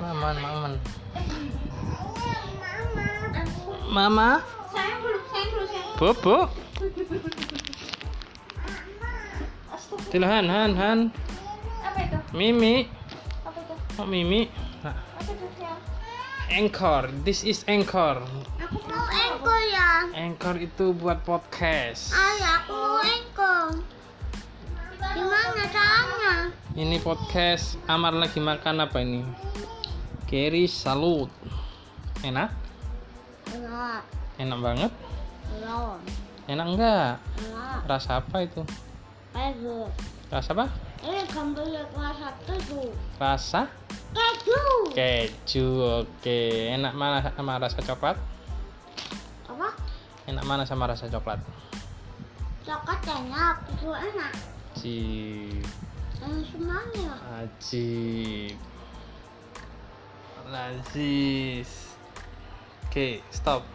Maman, maman. Mama, Sayang dulu, sayang dulu, sayang. bobo. Astaga. Til han, han, han. Apa itu? Mimi, Apa itu? oh Mimi. Nah, Apa itu, sayang? Anchor, this is Anchor. Aku mau engko ya. Anchor itu buat podcast. Ayo aku mau engko. Gimana caranya? Ini podcast Amar lagi makan apa ini? Keri salut. Enak? Enggak. Enak banget? Belum. Enak enggak? Enggak. Rasa apa itu? Keju. Rasa apa? Ini gambarnya kelas satu tuh. Rasa Keju. keju. Oke, enak mana sama rasa coklat? Apa? Enak mana sama rasa coklat? Coklat enak. Keju enak. Cip, Ini semuanya. ajib. Lazis. Oke, stop.